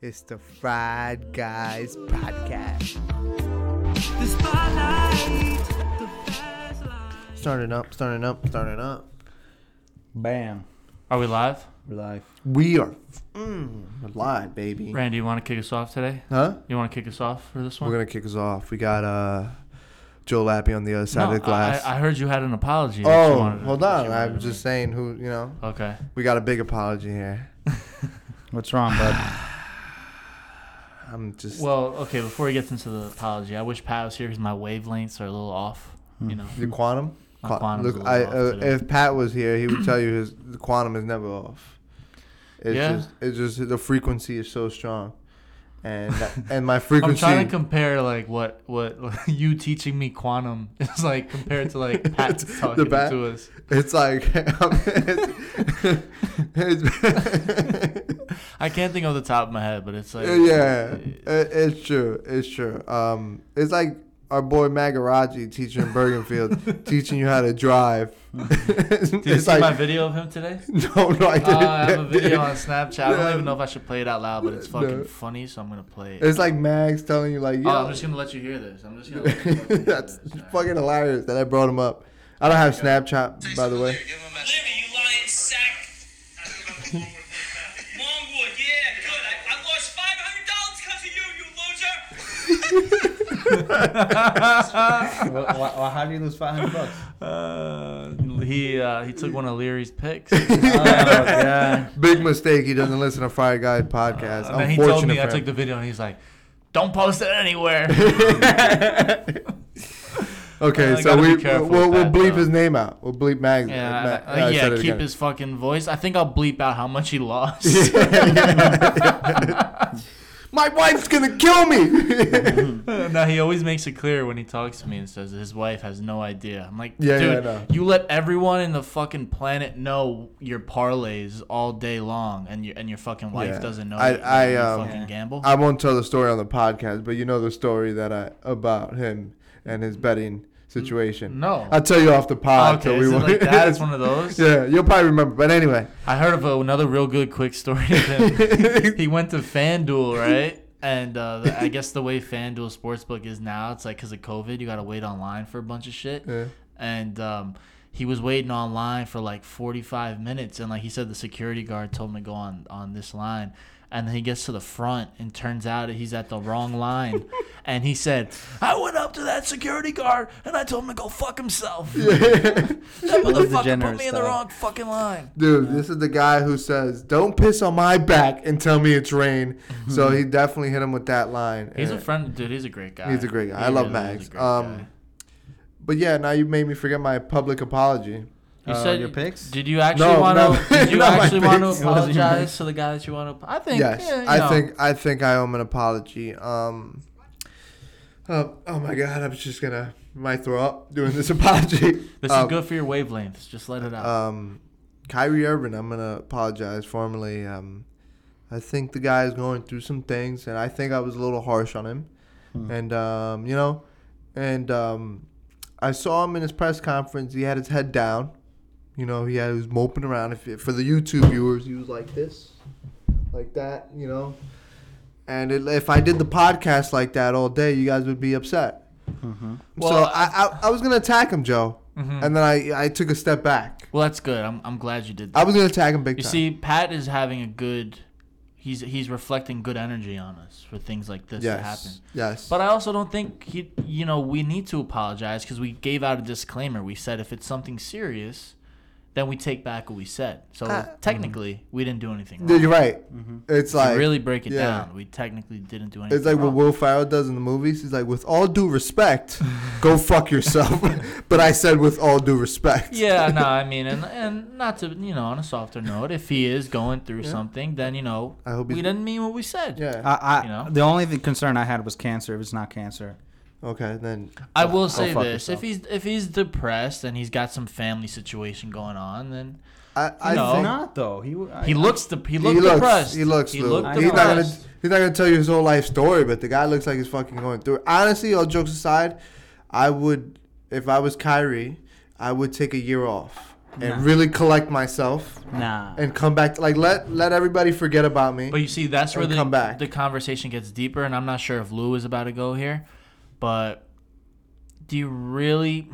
It's the Fried Guys Podcast. The spotlight, the flashlight. Starting up, starting up, starting up. Bam. Are we live? We're live. We are mm, live, baby. Randy, you want to kick us off today? Huh? You want to kick us off for this one? We're gonna kick us off. We got uh, Joe Lappy on the other side No, of the glass. I, I heard you had an apology. that you oh, wanted to- hold that on. you I'm wanted to just saying who you know. make. Okay. We got a big apology here. What's wrong, bud? I'm just Well, okay. Before he gets into the apology, I wish Pat was here because my wavelengths are a little off. Hmm. You know, the quantum. My Qua- quantum's a Look, little I, off uh, today. if Pat was here, he would tell you his the quantum is never off. It's Yeah. just it's just the frequency is so strong, and that- and my frequency. I'm trying to compare like what what you teaching me quantum is like compared to like Pat It's- talking the Pat- to us. It's like it's- it's- I can't think of the top of my head, but it's like uh, yeah, it, it's true. It's true. Um, it's like our boy Magaraji teacher in Bergenfield teaching you how to drive. Hmm. Did you see my video of him today? no, no, I didn't. Uh, I have a video on Snapchat. I No. don't even know if I should play it out loud, but it's No. fucking funny, so I'm gonna play it. It's like Mags telling you like, yo, Oh, I'm just gonna let you hear this. I'm just gonna. Let you fucking hear that's this. Alright. fucking hilarious that I brought him up. I don't have Snapchat, by the way. Larry, you lying sack. Longwood, yeah, good. I, I lost five hundred dollars because of you, you loser. well, how do you lose 500 bucks? Uh, he uh, he took one of Leary's picks. Oh, yeah. Big mistake. He doesn't listen to Fire Guy podcast. and then Uh, he Unfortunate. told me I for him. took the video, and he's like, "Don't post it anywhere." Okay, Uh, I so gotta we be careful we'll, with we'll that, bleep though. his name out. We'll bleep Mag. yeah, Mag- I- I yeah. said it Keep again. his fucking voice. I think I'll bleep out how much he lost. My wife's gonna kill me. now he always makes it clear when he talks to me and says his wife has no idea. I'm like, Yeah, yeah, I dude, know. you let everyone in the fucking planet know your parlays all day long, and your and your fucking wife Yeah. doesn't know. I- that you- I, you um, fucking gamble. I won't tell the story on the podcast, but you know the story that I about him and his betting situation. No. I'll tell you off the pod. okay, is it won't- like that? It's one of those. yeah, you'll probably remember. But anyway, I heard of another real good quick story. Of him. he went to FanDuel, right? And uh, the, I guess the way FanDuel Sportsbook is now, it's like because of COVID, you got to wait online for a bunch of shit. Yeah. And um, he was waiting online for like 45 minutes. And like he said, the security guard told him to go on, on this line. And then he gets to the front and turns out that he's at the wrong line. and he said, I went up to that security guard and I told him to go fuck himself. That motherfucker put generous me in the though. wrong fucking line. dude, this is the guy who says, "Don't piss on my back and tell me it's rain." so he definitely hit him with that line. Mm-hmm. He's a and- friend, dude. He's a great guy. He's a great guy. He I love really is Mags. a great guy. Um, but yeah, now you made me forget my public apology. you uh, said your picks? Did you actually No, want no. to? Did you Not my actually want to picks. It wasn't your apologize picks. to the guy that you want to? I think. Yes, yeah, you I know. think I think I owe him an apology. Um, oh, oh my God, I was just gonna might throw up doing this apology. this um, is good for your wavelengths. Just let it out. Um, Kyrie Irving, I'm gonna apologize formally. Um, I think the guy is going through some things, and I think I was a little harsh on him. Hmm. And um, you know, and um, I saw him in his press conference. He had his head down. You know, he, had, he was moping around. If for the YouTube viewers, he was like this, like that. You know, and it, if I did the podcast like that all day, you guys would be upset. Well, so I, I, I was gonna attack him, Joe, and then I, I took a step back. well, that's good. I'm, I'm glad you did that. I was gonna tag him big you time. see, Pat is having a good. He's he's reflecting good energy on us for things like this that happen. yes, yes. But I also don't think he, you know, we need to apologize because we gave out a disclaimer. We said if it's something serious, then we take back what we said. So Uh, technically, we didn't do anything Dude, wrong. you're right. It's If like you Mm-hmm. really break it yeah. down. We technically didn't do anything. It's like what wrong. Will Ferrell does in the movies. He's like, with all due respect, go fuck yourself. but I said, with all due respect. yeah, no, I mean, and and not to you know, on a softer note, if he is going through something, then you know, I hope we he's- didn't mean what we said. Yeah. I, I, You know? The only thing concern I had was cancer. If it's not cancer, okay. Then. I will say fuck this: if he's if he's depressed and he's got some family situation going on, then I. I No. think not though. He w- I- he looks de- he looked he looks. depressed. He looks. Lou. looked he's not gonna. depressed. He's not gonna tell you his whole life story, but the guy looks like he's fucking going through. it. Honestly, all jokes aside, I would, if I was Kyrie, I would take a year off. and really collect myself Nah. and come back. Like let let everybody forget about me. But you see, that's where And the, come back. the conversation gets deeper, and I'm not sure if Lou is about to go here, but do you really?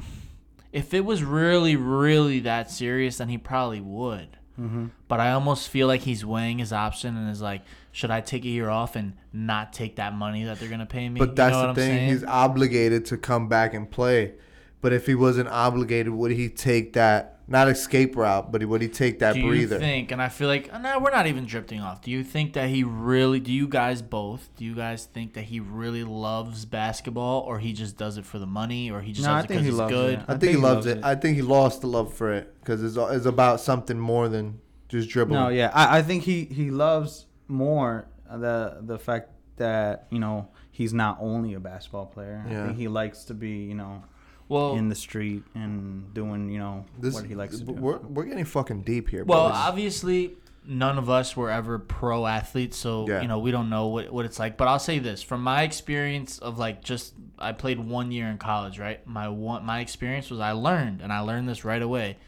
If it was really, really that serious, then he probably would. Mm-hmm. But I almost feel like he's weighing his option and is like, should I take a year off and not take that money that they're gonna pay me? But You that's know the what thing. I'm saying? He's obligated to come back and play. But if he wasn't obligated, would he take that not escape route, but would he take that do breather? you think? And I feel like uh, no, we're not even drifting off. Do you think that he really? Do you guys both? Do you guys think that he really loves basketball, or he just does it for the money, or he just No, I does it think because he he's loves good? it. I, think he loves it. I think he lost the love for it because it's it's about something more than just dribbling. No, yeah, I, I think he he loves more the the fact that you know he's not only a basketball player. I Yeah. think he likes to be you know Well, in the street and doing you know This, what he likes to do. but We're, we're getting fucking deep here. well, bro. obviously, none of us were ever pro athletes, so Yeah. you know we don't know what what it's like. But I'll say this from my experience of like just I played one year in college, right? My one my experience was I learned, and I learned this right away.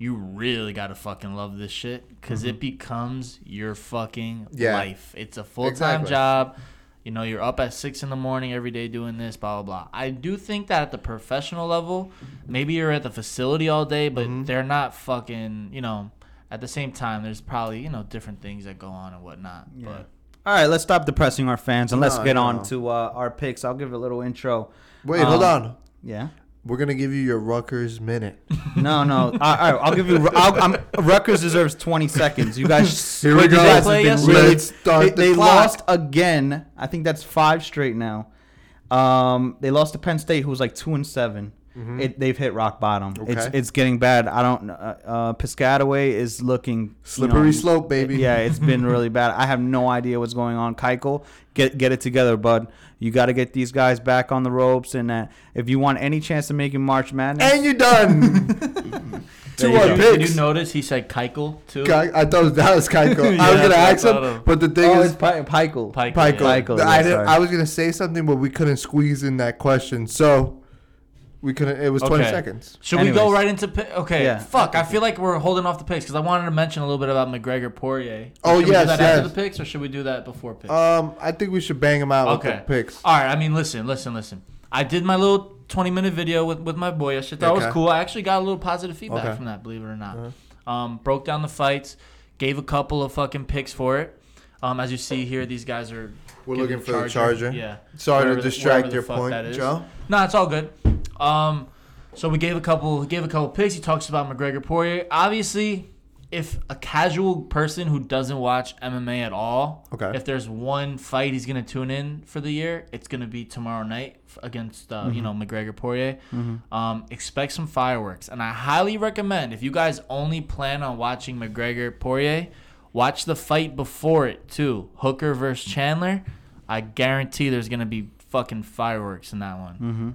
You really gotta fucking love this shit because it becomes your fucking Mm-hmm. Yeah. life. It's a full time Exactly. job. You know, you're up at six in the morning every day doing this, blah blah blah. I do think that at the professional level, maybe you're at the facility all day, but Mm-hmm. they're not fucking. You know, at the same time, there's probably you know different things that go on and whatnot. But All right, let's stop depressing our fans and let's No, get no. on to uh, our picks. I'll give a little intro. wait, hold um, on. Yeah. We're gonna give you your Rutgers minute. No, no. All right, all right I'll give you. I'll, I'm, Rutgers deserves 20 seconds. You guys, Here we you go. guys Play have been yesterday. really. Let's start they the they clock. lost again. I think that's five straight now. Um, they lost to Penn State, who was like two and 7 It, they've hit rock bottom. It's Mm-hmm. Okay. it's getting bad. I don't. know. Uh, Piscataway is looking you Slippery know, slope, baby. Yeah, it's been really bad. I have no idea what's going on. Keiko, get get it together, bud. You got to get these guys back on the ropes, and uh, if you want any chance of making March Madness, and you're done. Two Did our you- did picks. you notice he said Keichel too? Guy- I thought it was Dallas Keiko. I was Yeah, gonna ask that's what I thought him, of. but the thing Oh, is, it's Pi- Pikel. Pikel, Pico. yeah. Pico, I, yeah, didn't, sorry. I was gonna say something, but we couldn't squeeze in that question, so we couldn't. It was twenty Okay. seconds. Should we go Anyways. right into pi- okay? Yeah. Fuck, I feel like we're holding off the picks because I wanted to mention a little bit about McGregor Poirier. Oh, should we do yes, that after yes. the picks or should we do that before picks? Um, I think we should bang them out okay, with the picks. All right, I mean, listen, listen, listen. I did my little twenty minute video with with my boy. I shit, that was Okay. cool. I actually got a little positive feedback Okay. Uh-huh. from that, believe it or not. Um, broke down the fights, gave a couple of fucking picks for it. Um, as you see here, these guys are. We're getting looking for the charger. Yeah. Sorry to Whatever the- distract whatever the your fuck point, that is. Joe. No, it's all good. Um, so we gave a couple gave a couple picks. He talks about McGregor Poirier. Obviously, if a casual person who doesn't watch MMA at all, Okay. if there's one fight he's gonna tune in for the year, it's gonna be tomorrow night f- against uh, Mm-hmm. you know McGregor Poirier. Um, expect some fireworks, and I highly recommend if you guys only plan on watching McGregor Poirier, watch the fight before it too, Hooker versus Chandler. I guarantee there's gonna be fucking fireworks in that one. Mm-hmm.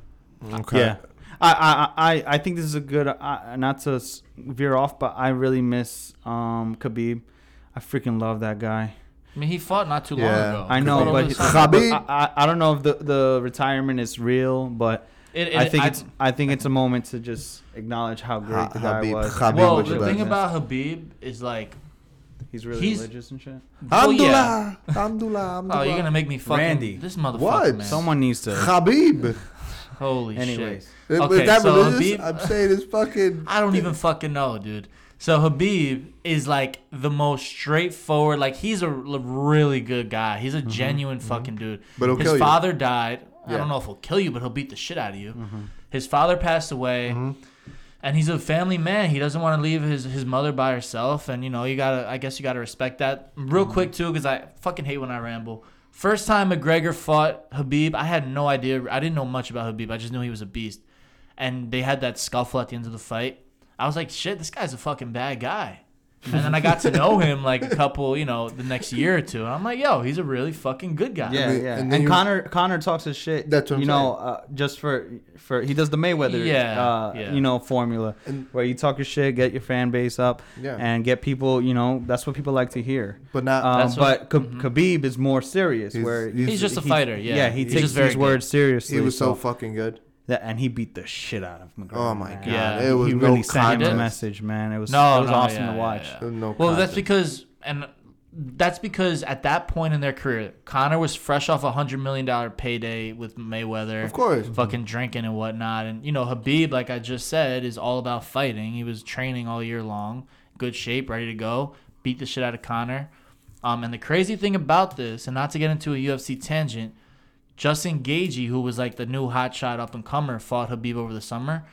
Okay. Yeah. I, I, I, I think this is a good uh, not to s- veer off, but I really miss um, Khabib. I freaking love that guy. I mean, he fought not too long Yeah. ago. I know, Over but the summer. Khabib. Khabib- I, I, I don't know if the, the retirement is real, but It- it- I think I- it's I think it's a moment to just acknowledge how great Ha- the guy Khabib- was. Khabib well, what the you thing like. about Habib is like, he's really he's- religious and shit. oh yeah, Alhamdulillah. Alhamdulillah. oh you're gonna make me fucking Randy. this motherfucker What? man. Someone needs to. Khabib. Holy Anyways. shit. Is- is Okay, that so religious? Habib, I'm saying it's fucking. I don't even fucking know, dude. So Habib is like the most straightforward. Like he's a l- really good guy. He's a genuine fucking dude. But he'll his kill you. father died. I Yeah. don't know if he'll kill you, but he'll beat the shit out of you. His father passed away. And he's a family man. He doesn't want to leave his, his mother by herself. And, you know, you got to, I guess you got to respect that. Real quick, too, because I fucking hate when I ramble. First time McGregor fought Habib, I had no idea. I didn't know much about Habib. I just knew he was a beast. And they had that scuffle at the end of the fight. I was like, shit, this guy's a fucking bad guy. And then I got to know him like a couple, you know, the next year or two. And I'm like, yo, he's a really fucking good guy. Yeah, And the- yeah. and And, then you- Connor Connor talks his shit. That's what I'm you know, uh, just for for he does the Mayweather, Yeah, uh, yeah. you know, formula where you talk your shit, get your fan base up, Yeah. and get people. You know, that's what people like to hear. But not. Um, That's but what- K- Khabib is more serious. He's- where he's- He's just a he- fighter, yeah. yeah. He He's takes just very his good. words seriously. he was so fucking good. That and he beat the shit out of McGregor. Oh my man. god, Yeah, it was he no really sent him a contest. message, man. It was No, it was no, awesome yeah, to yeah, watch. yeah. No Well, that's contest. because and that's because at that point in their career, Connor was fresh off a hundred million dollar payday with Mayweather, Of course. fucking drinking and whatnot. And you know, Habib, like I just said, is all about fighting. He was training all year long, good shape, ready to go, beat the shit out of Connor. Um, and the crazy thing about this, and not to get into a UFC tangent, Justin Gagey, who was like the new hotshot up and comer, fought Habib over the summer,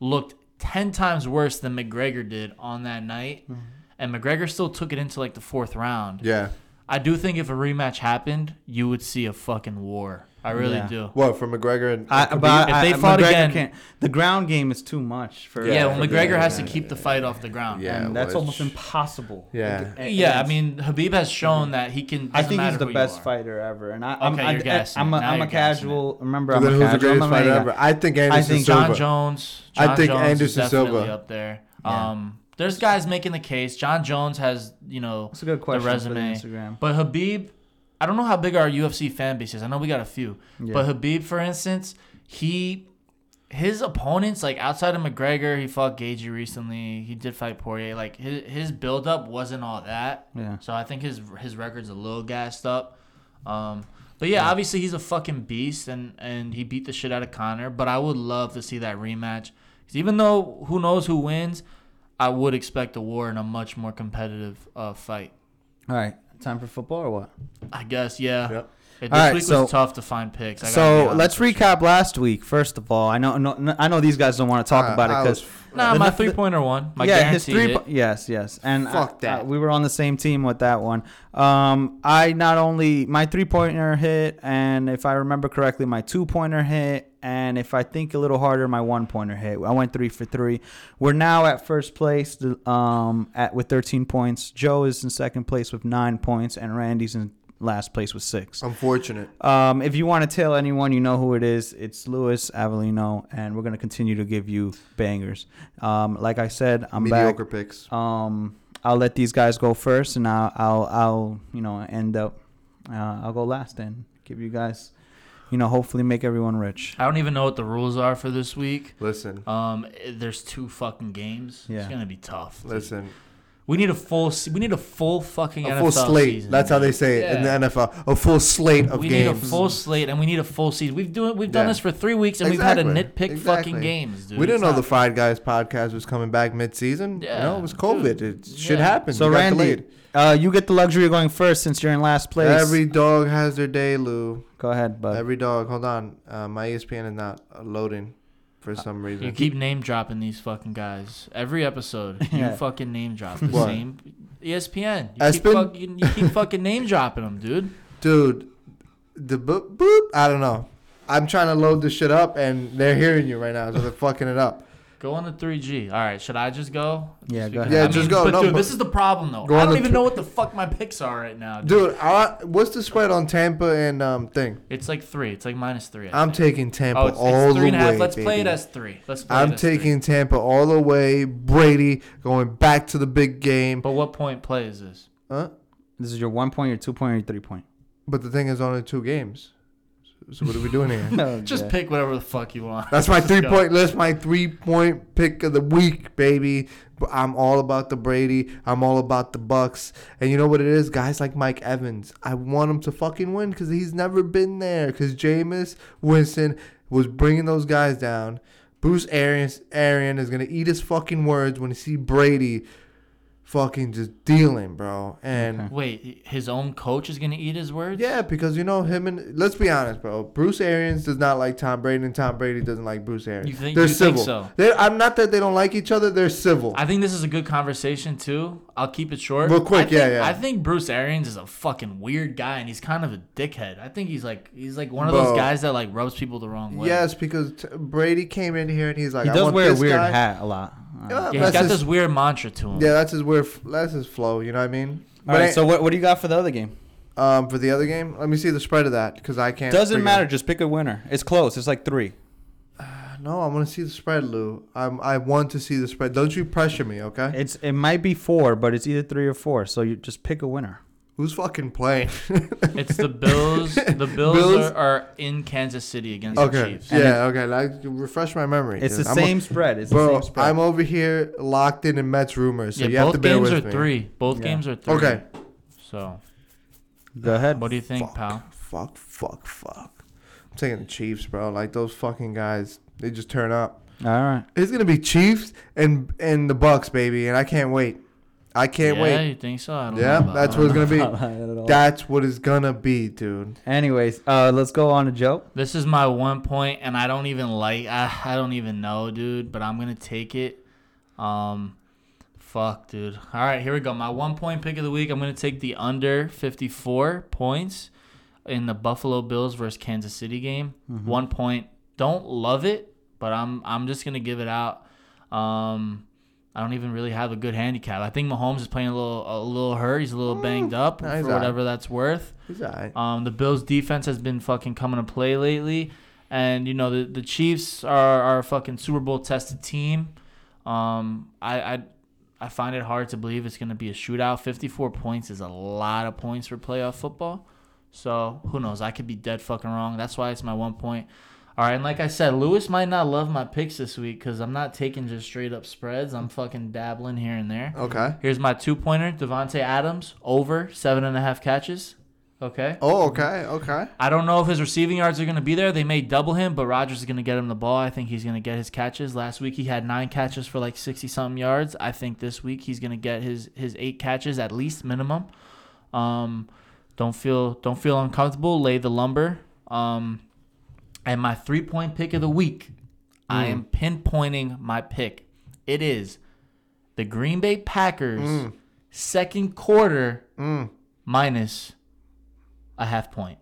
looked 10 times worse than McGregor did on that night. Mm-hmm. And McGregor still took it into like the fourth round. Yeah. I do think if a rematch happened, you would see a fucking war. I really Yeah. do. What for McGregor and I, but If I- they I- fought McGregor again- can't, the ground game is too much for. Yeah, for well, the- McGregor has to keep the fight off the ground. Yeah. and that's which- almost impossible. Yeah. It- it Yeah, I is. mean, Habib has shown that he can. I doesn't think he's matter the who you best are. fighter ever, and I, I'm, Okay, I, you're guessing I'm a, it. Now I'm a you're guessing casual. Remember, Then I'm a who's casual. the greatest I'm a fighter guy. ever? I think Anderson think Silva. John Jones. I John think Jones Anderson is definitely Silva. up there. Yeah. Um, there's guys making the case. John Jones has, you know, That's a good question the for the resume. Instagram. But Habib, I don't know how big our UFC fan base is. I know we got a few, Yeah. but Habib, for instance, he. His opponents, like outside of McGregor, he fought Gagey recently. He did fight Poirier. Like his his build up wasn't all that. Yeah. So I think his his record's a little gassed up. Um, but yeah, obviously he's a fucking beast, and and he beat the shit out of Connor. But I would love to see that rematch. 'Cause even though who knows who wins, I would expect a war and a much more competitive uh, fight. All right, time for football or what? I guess, yeah. Yep. It- This All right, week so- was tough to find picks. I gotta be So honest let's with you. recap last week. First of all, I know, no, no- I know these guys don't want to talk Uh, about it I because was- Nah, the- my the- three pointer one. My yeah, yeah, his three. It. po- yes, yes, and I- Fuck that. I- we were on the same team with that one. Um, I not only my three pointer hit, and if I remember correctly, my two pointer hit, and if I think a little harder, my one pointer hit. I went three for three. We're now at first place. Um, at with thirteen points, Joe is in second place with nine points, and Randy's in last place with six. Unfortunate. Um, if you want to tell anyone, you know who it is. It's Luis Avellino, and we're gonna continue to give you bangers. Um, like I said, I'm Mediocre back. picks. Um, I'll let these guys go first, and I'll, I'll, I'll you know, end up. Uh, I'll go last and give you guys, you know, hopefully make everyone rich. I don't even know what the rules are for this week. Listen, Um, it- there's two fucking games. Yeah. It's gonna be tough. dude. listen. We need a full. se- We need a full fucking A NFL full slate. season. That's how they say it Yeah. in the NFL. A full slate of we games. need a full slate and we need a full season. We've doing we've done Yeah. this for three weeks and we've had to Exactly. nitpick Exactly. fucking games, dude. we didn't It's know not- the Fried Guys podcast was coming back mid-season. Yeah, Yeah, you know, it was COVID. dude. It shit Yeah. happened. So We got Randy, delayed. uh, you get the luxury of going first since you're in last place. every dog has their day, Lou. go ahead, Uh, bud. Every dog. Hold on, uh, my ESPN is not uh, loading for some Uh, You reason. keep name dropping these fucking guys every episode. Yeah. You fucking name drop the What? same. E ESPN. You keep, Espen? fucking, you keep fucking name dropping them, dude. Dude, the boop boop. I don't know. I'm trying to load this shit up, and they're hearing you right now, so they're fucking it up. Go on the 3G. All right, should I just go? Yeah, Just go because- ahead. Yeah, just go. But No, dude, but- this is the problem though. Go I on don't the even tw- know what the fuck my picks are right now, dude. Dude, I, what's the spread on Tampa and um thing? It's like three. It's like minus three. I I'm think. taking Tampa Oh, it's, all it's three the and a half. way. Let's play it baby. as three. Let's play it I'm as three. taking Tampa all the way. Brady going back to the big game. But what point play is this? Huh? this is your one point, your two point, your three point. But the thing is, only two games. So what are we doing here? No, Just yeah. pick whatever the fuck you want. That's my Let's go. three point list. My three point pick of the week, baby. But I'm all about the Brady. I'm all about the Bucks. And you know what it is, guys like Mike Evans. I want him to fucking win because he's never been there. Because Jameis Winston was bringing those guys down. Bruce Arians, Arian is gonna eat his fucking words when he see Brady, fucking just dealing, bro. And Wait, his own coach is gonna eat his words? yeah, because you know him and let's be honest, bro. Bruce Arians does not like Tom Brady, and Tom Brady doesn't like Bruce Arians. You think- they're you think civil. so? They're, I'm not that they don't like each other. They're civil. I think this is a good conversation too. I'll keep it short. Real quick, I think- yeah, yeah. I think Bruce Arians is a fucking weird guy, and he's kind of a dickhead. I think he's like he's like one of Bro. those guys that like rubs people the wrong way. yes, because t- Brady came in here and he's like, He I does want wear a this weird guy. hat a lot. Uh, Yeah, yeah, he's that's got his, this weird mantra to him. Yeah, that's his weird. f- That's his flow. You know what I mean? All right. I- So what, what do you got for the other game? um, for the other game, let me see the spread of that because I can't. Doesn't figure- matter. Just pick a winner. It's close. It's like three. No, I want to see the spread, Lou. I'm, I want to see the spread. Don't you pressure me, okay? It's it might be four, but it's either three or four. So you just pick a winner. Who's fucking playing? It's the Bills. The Bills, Bills? Are, are in Kansas City against the okay. Chiefs. Yeah. Okay. Like refresh my memory. It's dude. the I'm a- same spread. It's the Bro, same spread. I'm over here locked in in Mets rumors, so you yeah, have to both bear games with are me. three. Both Yeah. games are three. Okay. So, Go ahead. what do you think, fuck, pal? Fuck, fuck, fuck. I'm taking the Chiefs, bro. Like those fucking guys, they just turn up. All right. It's gonna be Chiefs and and the Bucks, baby, and I can't wait. I can't yeah, wait. you think so? I don't know Yeah, about that's that. what it's gonna Not at all. be. That's what it's gonna be, dude. Anyways, uh, let's go on to Joe. This is my one point, and I don't even like. I, I don't even know, dude. But I'm gonna take it. Um, fuck, dude. All right, here we go. My one point pick of the week. I'm gonna take the under 54 points in the Buffalo Bills versus Kansas City game. One point. Don't love it, but I'm I'm just gonna give it out. Um, I don't even really have a good handicap. I think Mahomes is playing a little a little hurt. He's a little banged up nice for eye. whatever that's worth. He's alright. Um, the Bills defense has been fucking coming to play lately, and you know the the Chiefs are are a fucking Super Bowl tested team. Um, I, I I find it hard to believe it's gonna be a shootout. Fifty four points is a lot of points for playoff football. So who knows? I could be dead fucking wrong. That's why it's my one point. All right, and like I said, Lewis might not love my picks this week because I'm not taking just straight up spreads. I'm fucking dabbling here and there. Okay. Here's my two pointer, Devonte Adams, over seven and a half catches. Okay. Oh, okay, okay. I don't know if his receiving yards are going to be there. They may double him, but Rodgers is going to get him the ball. I think he's going to get his catches. Last week he had nine catches for like sixty something yards. I think this week he's going to get his his eight catches at least minimum. Um, don't feel don't feel uncomfortable. Lay the lumber. Um, and my three point pick of the week, I am pinpointing my pick. It is the Green Bay Packers second quarter minus a half point.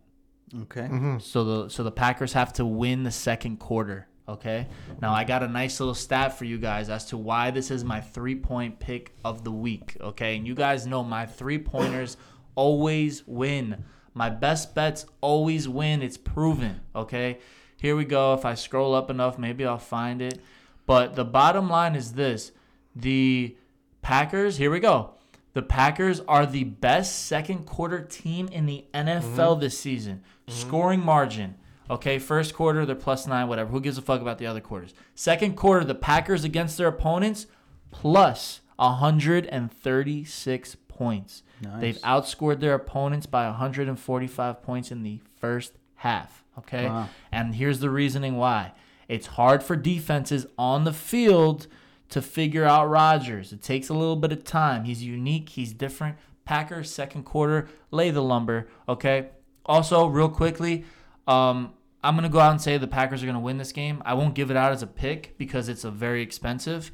Okay. So the so the Packers have to win the second quarter. Okay. Now I got a nice little stat for you guys as to why this is my three point pick of the week. Okay, and you guys know my three pointers always win. My best bets always win. It's proven. Okay. Here we go. If I scroll up enough, maybe I'll find it. But the bottom line is this: the Packers. Here we go. The Packers are the best second quarter team in the NFL this season. Scoring margin. Okay, first quarter, they're plus nine, whatever. Who gives a fuck about the other quarters? Second quarter, the Packers against their opponents, plus 136 points. They've outscored their opponents by 145 points in the first half. Okay, and here's the reasoning why it's hard for defenses on the field to figure out Rodgers. It takes a little bit of time. He's unique. He's different. Packers second quarter lay the lumber. Okay. Also, real quickly, um, I'm gonna go out and say the Packers are gonna win this game. I won't give it out as a pick because it's a very expensive.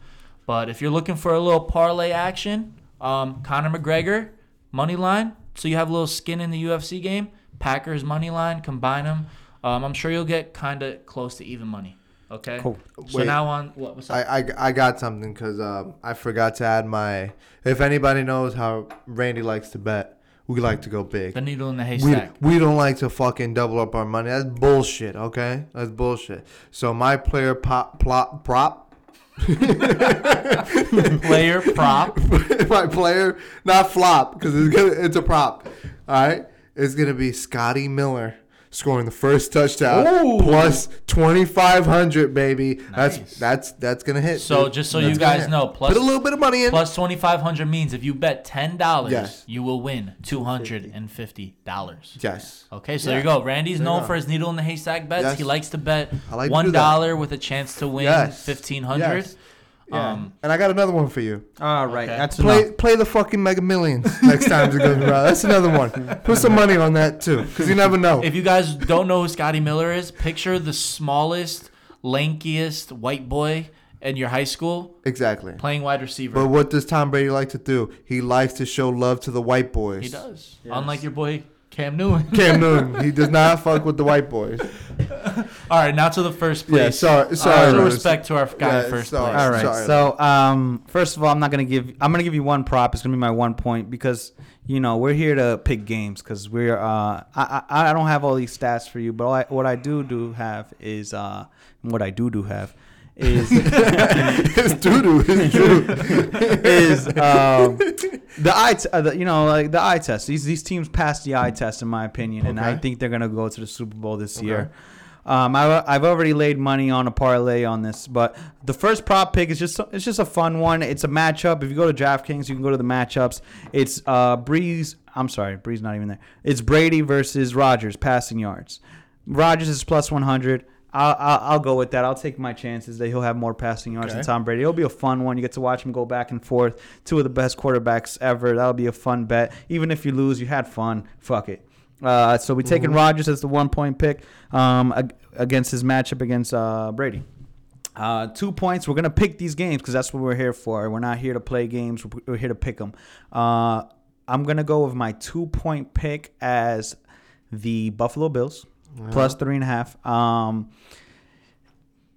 But if you're looking for a little parlay action, um, Conor McGregor money line. So you have a little skin in the UFC game. Packers money line. Combine them. Um, I'm sure you'll get kind of close to even money. Okay. Cool. So Wait. now on what? What's up? I, I, I got something because um, I forgot to add my. If anybody knows how Randy likes to bet, we like to go big. The needle in the we, haystack. we don't like to fucking double up our money. That's bullshit, okay? That's bullshit. So my player pop plop prop Player prop. my player not flop because it's gonna it's a prop. All right? It's gonna be Scotty Miller scoring the first touchdown plus twenty five hundred, baby. Nice. That's that's that's gonna hit. So dude. just so That's you gonna guys hit. know, plus put a little bit of money in. plus twenty five hundred means if you bet ten dollars, Yes. you will win two hundred and fifty dollars. yes. Okay, so there you go. Randy's known for his needle in the haystack bets. Yes. He likes to bet I like to one do that. dollar with a chance to win Yes. fifteen hundred. Yes. Yeah. Um, and I got another one for you. All right. Okay. That's Play enough. play the fucking Mega Millions next time it goes around. That's another one. Put some money on that too, because you never know. If you guys don't know who Scotty Miller is, picture the smallest, lankiest white boy in your high school exactly. playing wide receiver. But what does Tom Brady like to do? He likes to show love to the white boys. he does. Unlike your boy Cam Newton. Cam Newton. He does not fuck with the white boys. All right, now to the first place. Yeah, sorry- Uh, sorry, show Lewis. respect to our guy Yeah, in first sorry. place. All right. Sorry. So, um, first of all, I'm not gonna give. I'm gonna give you one prop. It's gonna be my one point because you know we're here to pick games because we're. Uh, I, I I don't have all these stats for you, but all I, what I do do have is uh, what I do do have is it's doo doo. It's true. is um, the eye, t- uh, the, you know, like the eye test. These these teams passed the eye test, in my opinion, and I Okay. think they're gonna go to the Super Bowl this year. Um, I, I've already laid money on a parlay on this, but the first prop pick is just it's just a fun one. It's a matchup. If you go to DraftKings, you can go to the matchups. It's uh, Breeze. I'm sorry, Breeze not even there. It's Brady versus Rogers passing yards. Rogers is plus 100. I'll, I'll, I'll go with that. I'll take my chances that he'll have more passing yards than Okay. Tom Brady. It'll be a fun one. You get to watch him go back and forth. Two of the best quarterbacks ever. That'll be a fun bet. Even if you lose, you had fun. Fuck it. Uh, so we're taking Rodgers as the one point pick um, ag- against his matchup against uh, Brady. Uh, two points. We're gonna pick these games because that's what we're here for. We're not here to play games. We're, we're here to pick them. Uh, I'm gonna go with my two point pick as the Buffalo Bills plus three and a half. Um,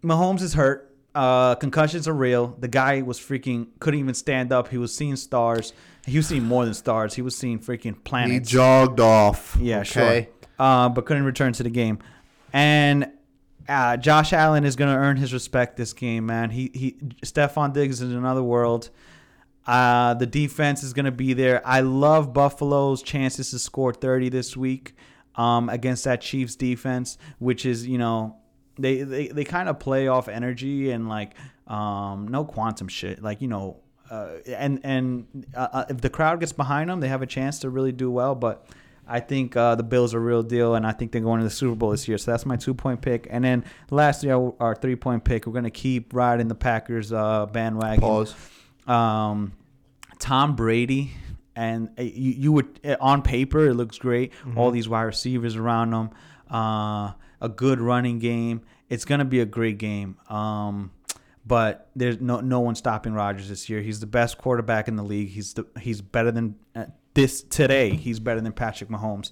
Mahomes is hurt. Uh, concussions are real. The guy was freaking couldn't even stand up. He was seeing stars. He was seeing more than stars. He was seeing freaking he planets. jogged off. Yeah, okay? sure. Uh, but couldn't return to the game. And uh, Josh Allen is going to earn his respect this game, man. He he. Stephon Diggs is in another world. Uh, the defense is going to be there. I love Buffalo's chances to score 30 this week um, against that Chiefs defense, which is, you know, they, they, they kind of play off energy and like um, no quantum shit. Like, you know, uh, and and uh, uh, if the crowd gets behind them, they have a chance to really do well. But I think uh, the Bills are real deal, and I think they're going to the Super Bowl this year. So that's my two point pick. And then lastly, our, our three point pick, we're going to keep riding the Packers uh, bandwagon Pause. um, Tom Brady, and uh, you, you would uh, on paper it looks great. All these wide receivers around them, uh, a good running game. It's gonna be a great game. Um, but there's no no one stopping Rodgers this year. He's the best quarterback in the league. He's the he's better than uh, this today. He's better than Patrick Mahomes.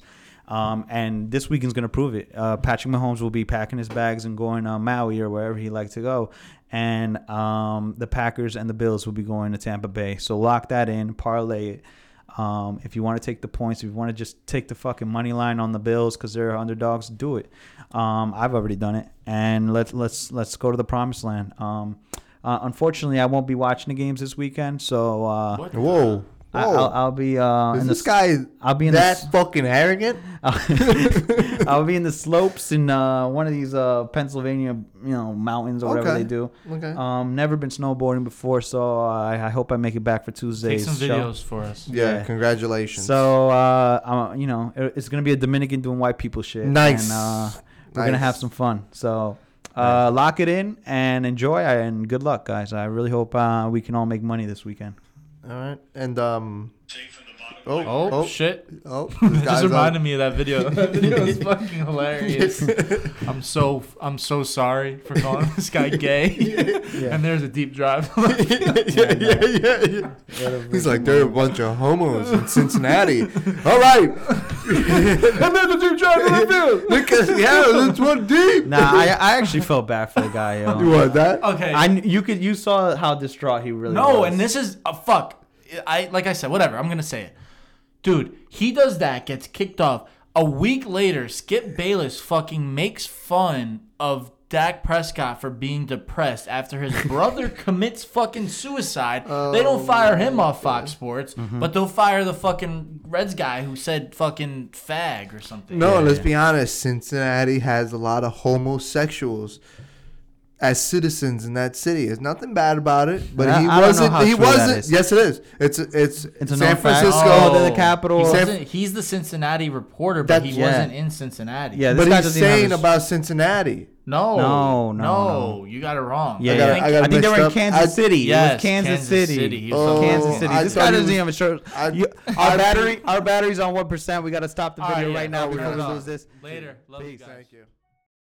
Um, and this weekend's going to prove it. Uh, Patrick Mahomes will be packing his bags and going on Maui or wherever he likes to go. And um, the Packers and the Bills will be going to Tampa Bay. So lock that in, parlay it. Um, if you want to take the points, if you want to just take the fucking money line on the Bills because they're underdogs, do it. Um, I've already done it, and let's let's let's go to the promised land. Um, uh, unfortunately, I won't be watching the games this weekend, so uh, What? Whoa. Whoa. I, will I'll be uh, is in the this guy I'll be in the that s- fucking arrogant? I'll, I'll be in the slopes in uh, one of these uh, Pennsylvania, you know, mountains or whatever Okay. they do. Okay. Um, never been snowboarding before, so I, I hope I make it back for Take Tuesday's some show. videos for us. Yeah, Yeah. congratulations. So, uh, I'm, you know, it- it's gonna be a Dominican doing white people shit. Nice. And, uh, we're gonna Nice. have some fun. So. Uh, lock it in and enjoy and good luck guys i really hope uh, we can all make money this weekend all right. And um Oh. oh Oh, shit! oh, It this just guy's reminded up. me of that video. That video is fucking hilarious. I'm so I'm so sorry for calling this guy gay. And there's a deep drive. yeah, yeah, yeah, yeah. He's like, there are a bunch of homos in Cincinnati. All right. and there's a deep drive in the field. Look at yeah, it's one deep. nah I, Oh, I actually felt bad for the guy yo. You want that? Okay. I kn- you could you saw how distraught he really was. No, and this is a fuck. I like I said, whatever. I'm gonna say it, dude. He does that, gets kicked off. A week later, Skip Bayless fucking makes fun of Dak Prescott for being depressed after his brother commits fucking suicide. they Oh don't fire him off Fox Sports, Mm-hmm. but they'll fire the fucking Reds guy who said fucking fag or something. No, let's be honest. Cincinnati has a lot of homosexuals as citizens in that city. There's nothing bad about it, but I- he I don't know wasn't. how He true that wasn't. is. Yes, it is. It's it's, It's a known San fact. Francisco. Oh, they're the capital. He San- wasn't- he's the Cincinnati reporter, but That's- he yeah. wasn't in Cincinnati. yeah, this but guy he's doesn't even have saying his- about Cincinnati. No, No, no, You got it wrong. Yeah, I yeah. think- I got I think they were in mixed up. Kansas I- City. it Yes, was Kansas, Kansas City. City. He was Oh, from- Kansas City. I this thought guy he doesn't was- even show. I- you, I our believe- battery, our battery's on one percent. We got to stop the All video Oh, yeah, right now we'll before turn we it lose off. this. Later. Love you guys. Thank you.